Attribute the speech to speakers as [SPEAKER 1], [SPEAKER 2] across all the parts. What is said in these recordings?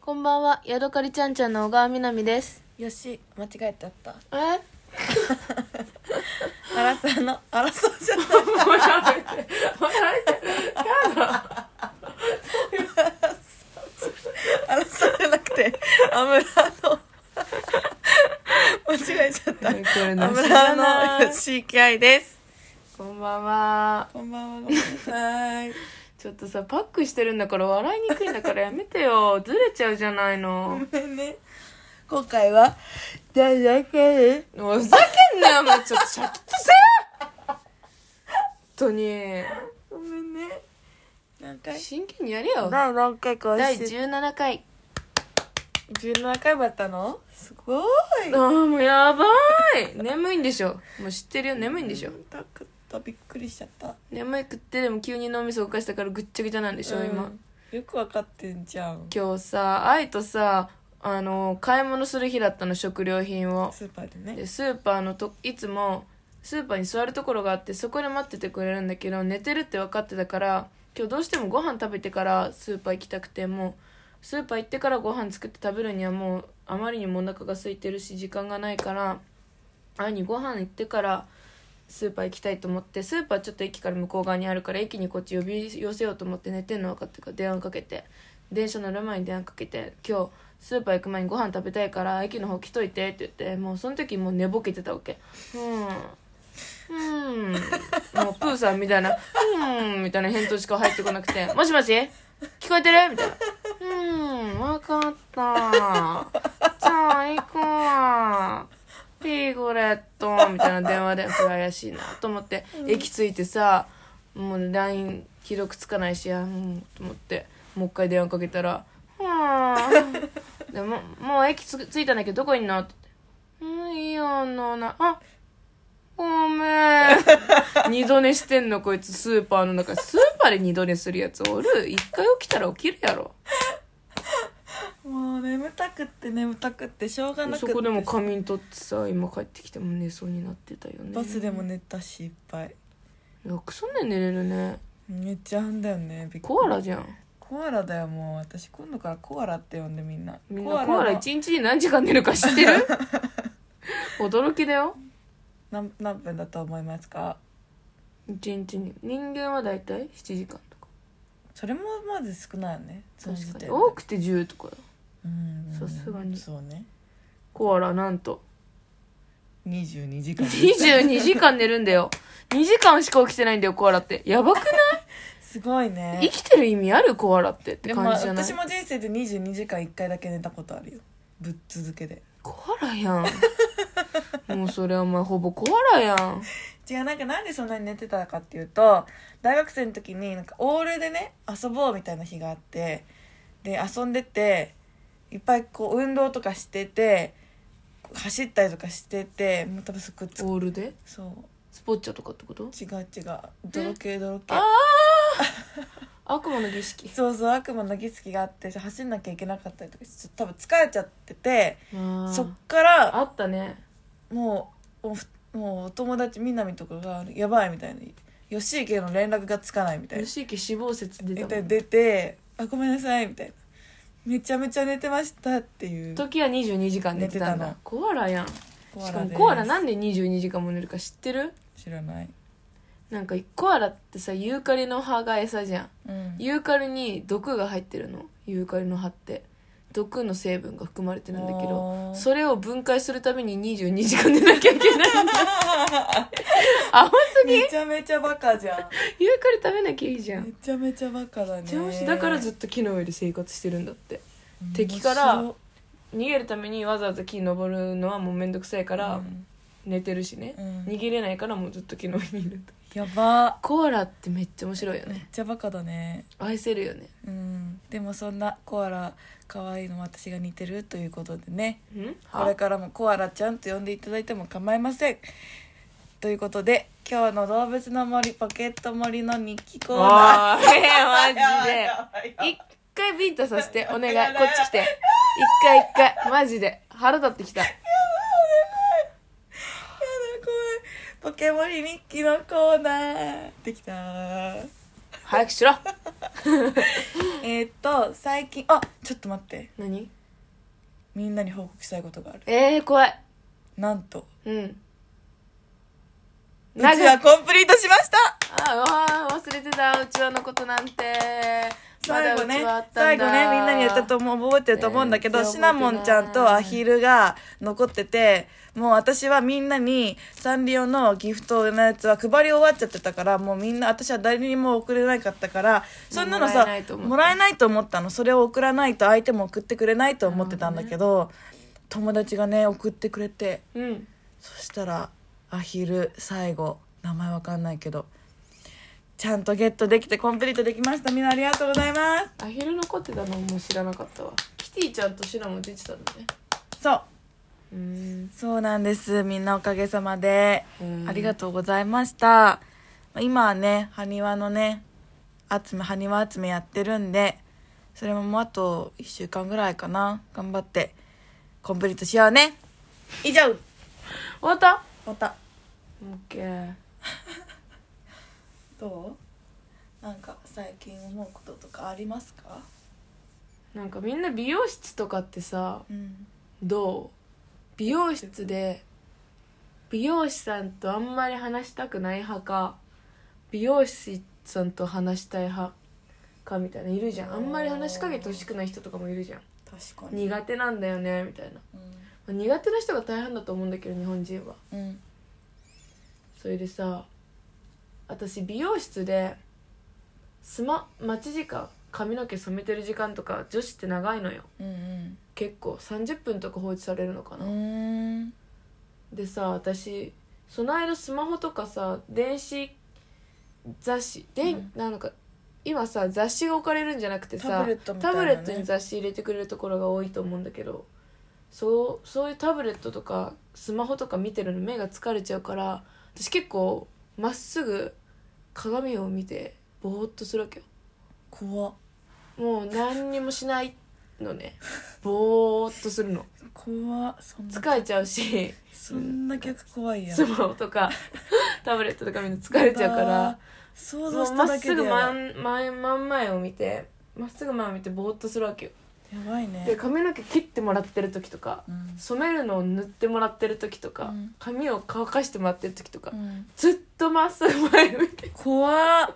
[SPEAKER 1] こんばんは、ヤドカリちゃんちゃんの小川みなみです。
[SPEAKER 2] よし間違え ちゃった
[SPEAKER 1] え
[SPEAKER 2] アラサーのアラサーじゃないアラサーじゃなくてアムラの間違えちゃった
[SPEAKER 1] これ
[SPEAKER 2] アムラの
[SPEAKER 1] し。
[SPEAKER 2] 吉井愛です
[SPEAKER 1] こんばんは。
[SPEAKER 2] こんばんはごめんなさい
[SPEAKER 1] ちょっとさ、パックしてるんだから笑いにくいんだからやめてよ。 ずれちゃうじゃない
[SPEAKER 2] ご
[SPEAKER 1] の。
[SPEAKER 2] めんね今回は誰だっけ
[SPEAKER 1] おふざけんなよ、もうちょっとシャキッとせ本当に。
[SPEAKER 2] ごめんね何回
[SPEAKER 1] 真剣にやれよ。
[SPEAKER 2] 第何回か
[SPEAKER 1] 第17回。
[SPEAKER 2] 17回もやったのすごい
[SPEAKER 1] ああ、もうやばい。眠いんでしょ。もう知ってるよ、眠いんでしょ。
[SPEAKER 2] 痛かったびっくりしちゃった
[SPEAKER 1] 眠いくってでも急に脳みそ動かしたからぐっちゃぐちゃなんでしょ、今。
[SPEAKER 2] よくわかってんじゃん
[SPEAKER 1] 今日さ愛とさあの買い物する日だったの食料品を
[SPEAKER 2] スーパーでね
[SPEAKER 1] でスーパーのといつもスーパーに座るところがあってそこで待っててくれるんだけど寝てるって分かってたから今日どうしてもご飯食べてからスーパー行きたくてもうスーパー行ってからご飯作って食べるにはもうあまりにもお腹が空いてるし時間がないから愛にご飯行ってからスーパー行きたいと思ってスーパーちょっと駅から向こう側にあるから駅にこっち呼び寄せようと思って寝てんの分かってるから電話かけて電車乗る前に電話かけて今日スーパー行く前にご飯食べたいから駅の方来といてって言ってもうその時もう寝ぼけてたわけうんうんもうプーさんみたいなうんみたいな返答しか入ってこなくて「もしもし聞こえてる?」みたいな「うんわかったじゃあ行こう」ピーゴレットみたいな電話でこれ怪しいなと思って、駅着いてさもう LINE 既読つかないしあもうと思ってもう一回電話かけたら「はあでももう駅つ着いたんだけどどこいんの?」って言って「うんイオンのなあごめ ん二度寝してんのこいつスーパーの中スーパーで二度寝するやつおる一回起きたら起きるやろ
[SPEAKER 2] もう眠たくって眠たくってしょうがなくって
[SPEAKER 1] そこでも仮眠取ってさ今帰ってきても寝そうになってたよね
[SPEAKER 2] バスでも寝たしいっぱい
[SPEAKER 1] よくそんなに寝れるね
[SPEAKER 2] めっちゃあんだよねびっくり
[SPEAKER 1] コアラじゃん
[SPEAKER 2] コアラだよもう私今度からコアラって呼んでみんな
[SPEAKER 1] みんなコアラ一日に何時間寝るか知って る驚きだよ
[SPEAKER 2] 何何分だと思いますか
[SPEAKER 1] 一日に人間は大体7時間とか
[SPEAKER 2] それもまず少ないよねその時
[SPEAKER 1] 確か
[SPEAKER 2] 点で
[SPEAKER 1] に多くて10とかよ
[SPEAKER 2] うんう
[SPEAKER 1] さ
[SPEAKER 2] ん
[SPEAKER 1] すがに
[SPEAKER 2] そうね
[SPEAKER 1] コアラなんと
[SPEAKER 2] 22時 間
[SPEAKER 1] 22時間寝るんだよ2時間しか起きてないんだよコアラってやばくない
[SPEAKER 2] すごいね
[SPEAKER 1] 生きてる意味あるコアラってって
[SPEAKER 2] でもま
[SPEAKER 1] 感
[SPEAKER 2] あ
[SPEAKER 1] じじゃない
[SPEAKER 2] 私も人生で22時間1回だけ寝たことあるよぶっ続けで
[SPEAKER 1] コアラやんもうそれお前ほぼコアラやん
[SPEAKER 2] 違うなんかなんでそんなに寝てたかっていうと大学生の時になんかオールでね遊ぼうみたいな日があってで遊んでていっぱいこう運動とかしてて走ったりとかしててもう多分すっごいつ
[SPEAKER 1] オールで
[SPEAKER 2] そう
[SPEAKER 1] スポッチャとかってこと
[SPEAKER 2] 違う違う泥系泥系
[SPEAKER 1] ああ悪魔の儀式
[SPEAKER 2] そうそう悪魔の儀式があって走んなきゃいけなかったりとかしてちょっと多分疲れちゃっててそ
[SPEAKER 1] そ
[SPEAKER 2] っから
[SPEAKER 1] あったね
[SPEAKER 2] もうおふもうお友達みなみとかが「やばい」みたいな「吉池の連絡がつかない」みたいな
[SPEAKER 1] 吉池死亡説出
[SPEAKER 2] 出
[SPEAKER 1] たも
[SPEAKER 2] て
[SPEAKER 1] ん
[SPEAKER 2] 出て「あごめんなさい」みたいな「めちゃめちゃ寝てました」っていう
[SPEAKER 1] 時は22時間寝てたん
[SPEAKER 2] 寝
[SPEAKER 1] だ
[SPEAKER 2] てたの
[SPEAKER 1] コアラやん
[SPEAKER 2] コ
[SPEAKER 1] しかも
[SPEAKER 2] です
[SPEAKER 1] コアラなんで22時間も寝るか知ってる
[SPEAKER 2] 知らない、
[SPEAKER 1] なんかコアラってさユーカリの葉が餌じゃん
[SPEAKER 2] うん、
[SPEAKER 1] ユーカリに毒が入ってるのユーカリの葉って毒の成分が含まれてるんだけど
[SPEAKER 2] ど
[SPEAKER 1] それを分解するために22時間寝なきゃいけ ないんだ甘すぎユー
[SPEAKER 2] めちゃめちゃバカじゃん
[SPEAKER 1] カリ食べなきゃいいじゃん
[SPEAKER 2] めちゃめちゃバカだね
[SPEAKER 1] 調子だからずっと木の上で生活してるんだって敵から
[SPEAKER 2] 面
[SPEAKER 1] 逃げるためにわざわざ木に登るのはもうめんどくさいか
[SPEAKER 2] 白
[SPEAKER 1] ら、
[SPEAKER 2] い
[SPEAKER 1] 寝てるしね、
[SPEAKER 2] うん
[SPEAKER 1] 逃げれないからもうずっと木の上にいると
[SPEAKER 2] やば
[SPEAKER 1] コアラってめっちゃ面白いよ
[SPEAKER 2] めっ
[SPEAKER 1] ね
[SPEAKER 2] ちゃバカだね
[SPEAKER 1] 愛せるよね
[SPEAKER 2] うんでもそんなコアラ可愛いの私が似てるということでね
[SPEAKER 1] ん
[SPEAKER 2] これからもコアラちゃんと呼んでいただいても構いませんということで今日の「動物の森ポケット森」の日記コーナー
[SPEAKER 1] あー えーマジ で
[SPEAKER 2] やばいやばい
[SPEAKER 1] 一回ビートさせてお願いこ
[SPEAKER 2] やば
[SPEAKER 1] っ
[SPEAKER 2] い
[SPEAKER 1] ち来て一回一回マジで腹立ってきた
[SPEAKER 2] やだ怖いポケモリ日記のコーナーできたー
[SPEAKER 1] 早くしろ
[SPEAKER 2] えーっと最近あちょっと待って
[SPEAKER 1] 何
[SPEAKER 2] みんなに報告したいことがある
[SPEAKER 1] えー、怖い
[SPEAKER 2] なんと
[SPEAKER 1] うん
[SPEAKER 2] うちはコンプリートしました
[SPEAKER 1] ああ忘れてたうちわのことなんて
[SPEAKER 2] 最後ね
[SPEAKER 1] まだうちわあったんだ
[SPEAKER 2] 最後ねみんなに言ったと思う覚えてると思うんだけど、
[SPEAKER 1] 全然
[SPEAKER 2] シナモンちゃんとアヒルが残っててもう私はみんなにサンリオのギフトのやつは配り終わっちゃってたからもうみんな私は誰にも送れなかったからそんなの
[SPEAKER 1] もら
[SPEAKER 2] さ
[SPEAKER 1] えないと思った
[SPEAKER 2] もらえないと思ったのそれを送らないと相手も送ってくれないと思ってたんだけど友達がね送ってくれて
[SPEAKER 1] うん
[SPEAKER 2] そしたらアヒル最後名前わかんないけどちゃんとゲットできてコンプリートできましたみんなありがとうございます
[SPEAKER 1] アヒル残ってたのも知らなかったわキティちゃんとシナモン出てたんだね
[SPEAKER 2] そう
[SPEAKER 1] うん
[SPEAKER 2] そうなんですみんなおかげさまで
[SPEAKER 1] うん
[SPEAKER 2] ありがとうございました今はね埴輪のね集め埴輪集めやってるんでそれももうあと1週間ぐらいかな頑張ってコンプリートしようね以上終
[SPEAKER 1] 終わった
[SPEAKER 2] わった
[SPEAKER 1] オッケー
[SPEAKER 2] どうなんか最近思うこととかありますか
[SPEAKER 1] なんかみんな美容室とかってさ
[SPEAKER 2] うん
[SPEAKER 1] どう美容室で美容師さんとあんまり話したくない派か美容師さんと話したい派かみたいないるじゃんあんまり話しかけてほしくない人とかもいるじゃん
[SPEAKER 2] 確かに
[SPEAKER 1] 苦手なんだよねみたいなまあ苦手な人が大半だと思うんだけど日本人は
[SPEAKER 2] うん、うん、
[SPEAKER 1] それでさ私美容室でスマ待ち時間髪の毛染めてる時間とか女子って長いのよ
[SPEAKER 2] うん
[SPEAKER 1] 結構30分とか放置されるのか
[SPEAKER 2] う
[SPEAKER 1] な、
[SPEAKER 2] んうん
[SPEAKER 1] でさ私その間スマホとかさ電子雑誌で、
[SPEAKER 2] うん
[SPEAKER 1] なんか今さ雑誌が置かれるんじゃなくてさ
[SPEAKER 2] タブレットみ
[SPEAKER 1] タ
[SPEAKER 2] たいな
[SPEAKER 1] ブ
[SPEAKER 2] ね
[SPEAKER 1] レットに雑誌入れてくれるところが多いと思うんだけどそうそういうタブレットとかスマホとか見てるの目が疲れちゃうから私結構まっすぐ鏡を見てぼーっとするわけよ
[SPEAKER 2] 怖っ
[SPEAKER 1] もう何にもしないのねぼーっとするの
[SPEAKER 2] 怖っそんな
[SPEAKER 1] 疲れちゃうし
[SPEAKER 2] そんな逆怖いやん
[SPEAKER 1] スマホとか タブレットとかみんな疲れちゃうから
[SPEAKER 2] 想像
[SPEAKER 1] もう
[SPEAKER 2] し
[SPEAKER 1] ま
[SPEAKER 2] た
[SPEAKER 1] っ
[SPEAKER 2] だ
[SPEAKER 1] す
[SPEAKER 2] けで
[SPEAKER 1] ぐ
[SPEAKER 2] やば
[SPEAKER 1] 真
[SPEAKER 2] い
[SPEAKER 1] ん前真ん前を見てまっすぐ前を見てぼーっとするわけよ
[SPEAKER 2] やばい
[SPEAKER 1] で
[SPEAKER 2] ね、
[SPEAKER 1] 髪の毛切ってもらってる時とか
[SPEAKER 2] うん
[SPEAKER 1] 染めるのを塗ってもらってる時とか、
[SPEAKER 2] うん
[SPEAKER 1] 髪を乾かしてもらってる時とか、
[SPEAKER 2] うん、
[SPEAKER 1] ずっとまっすぐ前を見て
[SPEAKER 2] 怖っ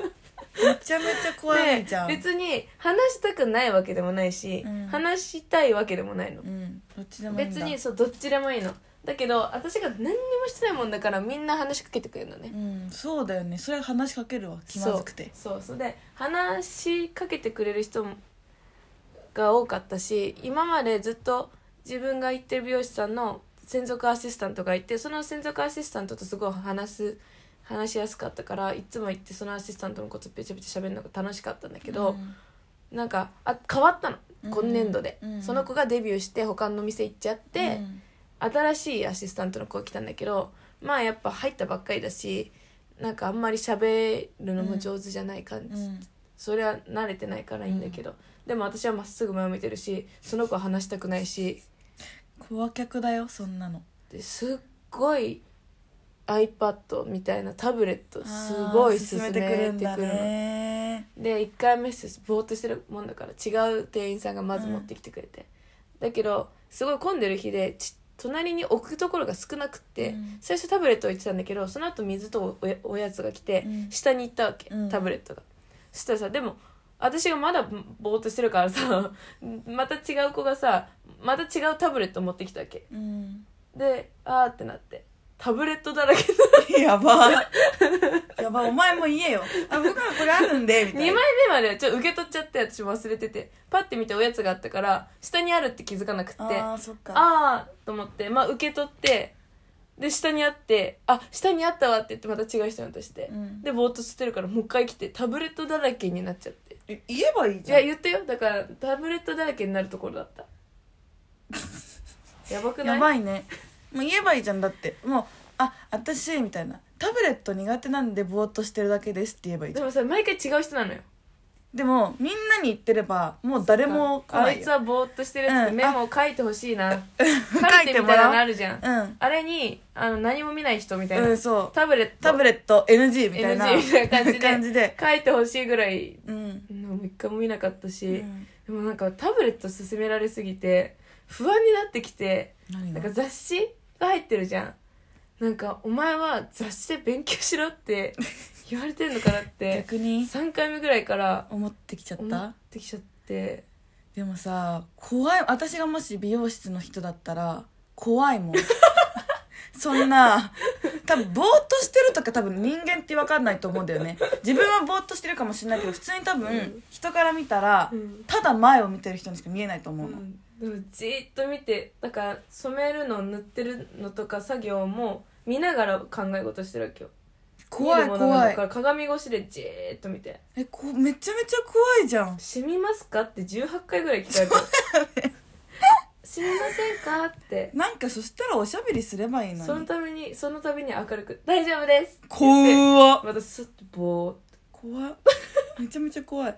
[SPEAKER 2] めちゃめちゃ怖いじゃん、
[SPEAKER 1] で別に話したくないわけでもないし、
[SPEAKER 2] うん
[SPEAKER 1] 話したいわけでもないの、
[SPEAKER 2] うん、どっちでもいいんだ
[SPEAKER 1] 別にそうどっちでもいいのだけど私が何にもしてないもんだからみんな話しかけてくれるのね、
[SPEAKER 2] うん、そうだよねそれ話しかけるわ気まずくて
[SPEAKER 1] そうそうそれで話しかけてくれる人もが多かったし今までずっと自分が行ってる美容師さんの専属アシスタントがいてその専属アシスタントとすごい話す話しやすかったからいつも行ってそのアシスタントのことペチャペチャ喋るのが楽しかったんだけど、なんかあ変わったの
[SPEAKER 2] うん
[SPEAKER 1] 今年度で、
[SPEAKER 2] うん
[SPEAKER 1] その子がデビューして他の店行っちゃっ
[SPEAKER 2] うん、
[SPEAKER 1] て、新しいアシスタントの子が来たんだけどまあやっぱ入ったばっかりだしなんかあんまり喋るのも上手じゃない感じ、
[SPEAKER 2] うんうん
[SPEAKER 1] それは慣れてないからいいんだけど、でも私はまっすぐ前を見てるしその子は話したくないし
[SPEAKER 2] 怖客だよそんなの
[SPEAKER 1] ですっごい iPad みたいなタブレットすごい進めてくる
[SPEAKER 2] ん
[SPEAKER 1] の。
[SPEAKER 2] だね
[SPEAKER 1] で1回目っすぼーっとしてるもんだから違う店員さんがまず持ってきてくれて、だけどすごい混んでる日でち隣に置くところが少なくって、
[SPEAKER 2] うん
[SPEAKER 1] 最初タブレット置いてたんだけどその後水とおやおやつが来て、
[SPEAKER 2] うん
[SPEAKER 1] 下に行ったわけ、
[SPEAKER 2] うん
[SPEAKER 1] タブレットがそしたらさでも私がまだぼーっとしてるからさ また違う子がさまた違うタブレット持ってきたわけ
[SPEAKER 2] うん、
[SPEAKER 1] であーってなってタブレットだらけ
[SPEAKER 2] やばやばお前も言えよあ僕はこれあるんで
[SPEAKER 1] 2
[SPEAKER 2] みた
[SPEAKER 1] 枚
[SPEAKER 2] い
[SPEAKER 1] 目
[SPEAKER 2] な
[SPEAKER 1] まではちょっと受け取っちゃって私忘れててパッて見ておやつがあったから下にあるって気づかなくって
[SPEAKER 2] あ
[SPEAKER 1] あ
[SPEAKER 2] あそっか
[SPEAKER 1] あーと思ってまあ受け取ってで下にあってあ下にあったわって言ってまた違う人に渡して、
[SPEAKER 2] うん
[SPEAKER 1] でぼーっとしてるからもう一回来てタブレットだらけになっちゃって
[SPEAKER 2] え言えばいい
[SPEAKER 1] い
[SPEAKER 2] じゃ
[SPEAKER 1] や
[SPEAKER 2] ん
[SPEAKER 1] 言ったよだからタブレットだらけになるところだった やばくない
[SPEAKER 2] やばいねもう言えばいいじゃんだってもう「あ私」みたいな「タブレット苦手なんでぼーっとしてるだけです」って言えばいいじ
[SPEAKER 1] で
[SPEAKER 2] ゃん
[SPEAKER 1] もさ毎回違う人なのよ
[SPEAKER 2] でもみんなに言ってればもう誰も来
[SPEAKER 1] あ
[SPEAKER 2] ないい
[SPEAKER 1] つ
[SPEAKER 2] よ
[SPEAKER 1] はぼーっとしてるやつって
[SPEAKER 2] うん
[SPEAKER 1] メモを書いてほしいな、書
[SPEAKER 2] 書
[SPEAKER 1] い
[SPEAKER 2] い
[SPEAKER 1] てみ
[SPEAKER 2] ても
[SPEAKER 1] たい
[SPEAKER 2] ら
[SPEAKER 1] な
[SPEAKER 2] おう
[SPEAKER 1] のあるじゃん、
[SPEAKER 2] うん
[SPEAKER 1] あれにあの何も見ない人みたいな、
[SPEAKER 2] うんそう
[SPEAKER 1] タブレット
[SPEAKER 2] タブレット NG みたいな
[SPEAKER 1] NG みたいな感じで
[SPEAKER 2] 感じで
[SPEAKER 1] 書いてほしいぐらい
[SPEAKER 2] うん
[SPEAKER 1] もう一回も見なかったし、
[SPEAKER 2] うん
[SPEAKER 1] でもなんかタブレット勧められすぎて不安になってきて
[SPEAKER 2] 何
[SPEAKER 1] な
[SPEAKER 2] が
[SPEAKER 1] んか雑誌が入ってるじゃんなんかお前は雑誌で勉強しろって 言われてんのかなって
[SPEAKER 2] 逆に
[SPEAKER 1] 3回目ぐらいから
[SPEAKER 2] 思ってきちゃっ
[SPEAKER 1] 思
[SPEAKER 2] た
[SPEAKER 1] ってきちゃって
[SPEAKER 2] でもさ怖い私がもし美容室の人だったら怖いもん そんな多分ぼーっとしてるとか多分人間って分かんないと思うんだよね自分はぼーっとしてるかもしれないけど普通に多分、
[SPEAKER 1] うん
[SPEAKER 2] 人から見たら、
[SPEAKER 1] うん
[SPEAKER 2] ただ前を見てる人にしか見えないと思うの、
[SPEAKER 1] でもじーっと見てだから染めるの塗ってるのとか作業も見ながら考え事してるわけよ
[SPEAKER 2] 怖い
[SPEAKER 1] 見るものが
[SPEAKER 2] 怖
[SPEAKER 1] だ
[SPEAKER 2] い
[SPEAKER 1] から鏡越しでじーっと見て
[SPEAKER 2] えこうめちゃめちゃ怖いじゃ
[SPEAKER 1] 「
[SPEAKER 2] ん
[SPEAKER 1] 染みますか?」って18回ぐらい聞かれて 「染みませんか?」って
[SPEAKER 2] なんかそしたらおしゃべりすればいい
[SPEAKER 1] そ
[SPEAKER 2] の
[SPEAKER 1] の
[SPEAKER 2] に
[SPEAKER 1] ためにそのために明るく「大丈夫です」って言って
[SPEAKER 2] 怖っ
[SPEAKER 1] またスッとボーっ
[SPEAKER 2] 怖っめちゃめちゃ怖い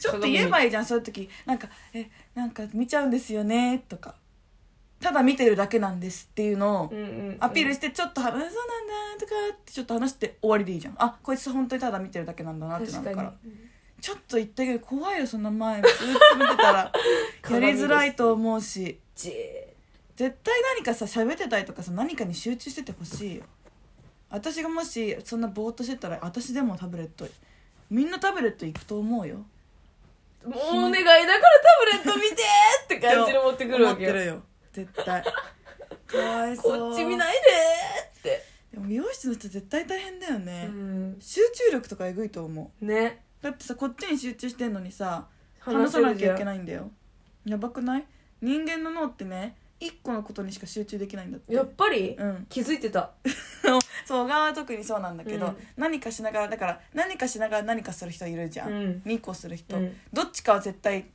[SPEAKER 2] ちょっと
[SPEAKER 1] 鏡
[SPEAKER 2] 言えばいいじゃんそういう時なんか「えなんか見ちゃうんですよね」とか「ただ見てるだけなんです」っていうの
[SPEAKER 1] と、
[SPEAKER 2] を
[SPEAKER 1] うんうんうん
[SPEAKER 2] アピールしてちょっと話、うんそうなんだ」とかってちょっと話して終わりでいいじゃんあこいつ本当にただ見てるだけなんだなってな
[SPEAKER 1] 確
[SPEAKER 2] る
[SPEAKER 1] か
[SPEAKER 2] か
[SPEAKER 1] に
[SPEAKER 2] らちょっと言ったけど怖いよそんな前ずっと見て たらやりづらいと思うし
[SPEAKER 1] じーっ
[SPEAKER 2] 絶対何かさ喋ってたりとかさ何かに集中しててほしいよ私がもしそんなぼーっとしてたら私でもタブレットみんなタブレット行くと思うよ
[SPEAKER 1] ともうお願いだからタブレット見てーって感じで持ってくるわけよ
[SPEAKER 2] 思って るよ絶 対かわいそう
[SPEAKER 1] こっち見ないでーって
[SPEAKER 2] でも美容室の人絶対大変だよね、
[SPEAKER 1] うん
[SPEAKER 2] 集中力とかえぐいと思
[SPEAKER 1] ね
[SPEAKER 2] うだってさこっちに集中してんのにさ話
[SPEAKER 1] 話
[SPEAKER 2] さ
[SPEAKER 1] せ
[SPEAKER 2] な
[SPEAKER 1] る
[SPEAKER 2] き
[SPEAKER 1] じ
[SPEAKER 2] ゃ
[SPEAKER 1] ゃ
[SPEAKER 2] いけ
[SPEAKER 1] ん
[SPEAKER 2] ないんだよやばくない人間の脳ってね一個のことにしか集中できないんだって
[SPEAKER 1] やっぱり、
[SPEAKER 2] うん
[SPEAKER 1] 気づいてた
[SPEAKER 2] そう小川は特にそうなんだけど、
[SPEAKER 1] うん
[SPEAKER 2] 何かしながらだから何かしながら何かする人いるじゃ
[SPEAKER 1] う
[SPEAKER 2] ん、
[SPEAKER 1] ん
[SPEAKER 2] 2個する人、
[SPEAKER 1] うん
[SPEAKER 2] どっちかは絶対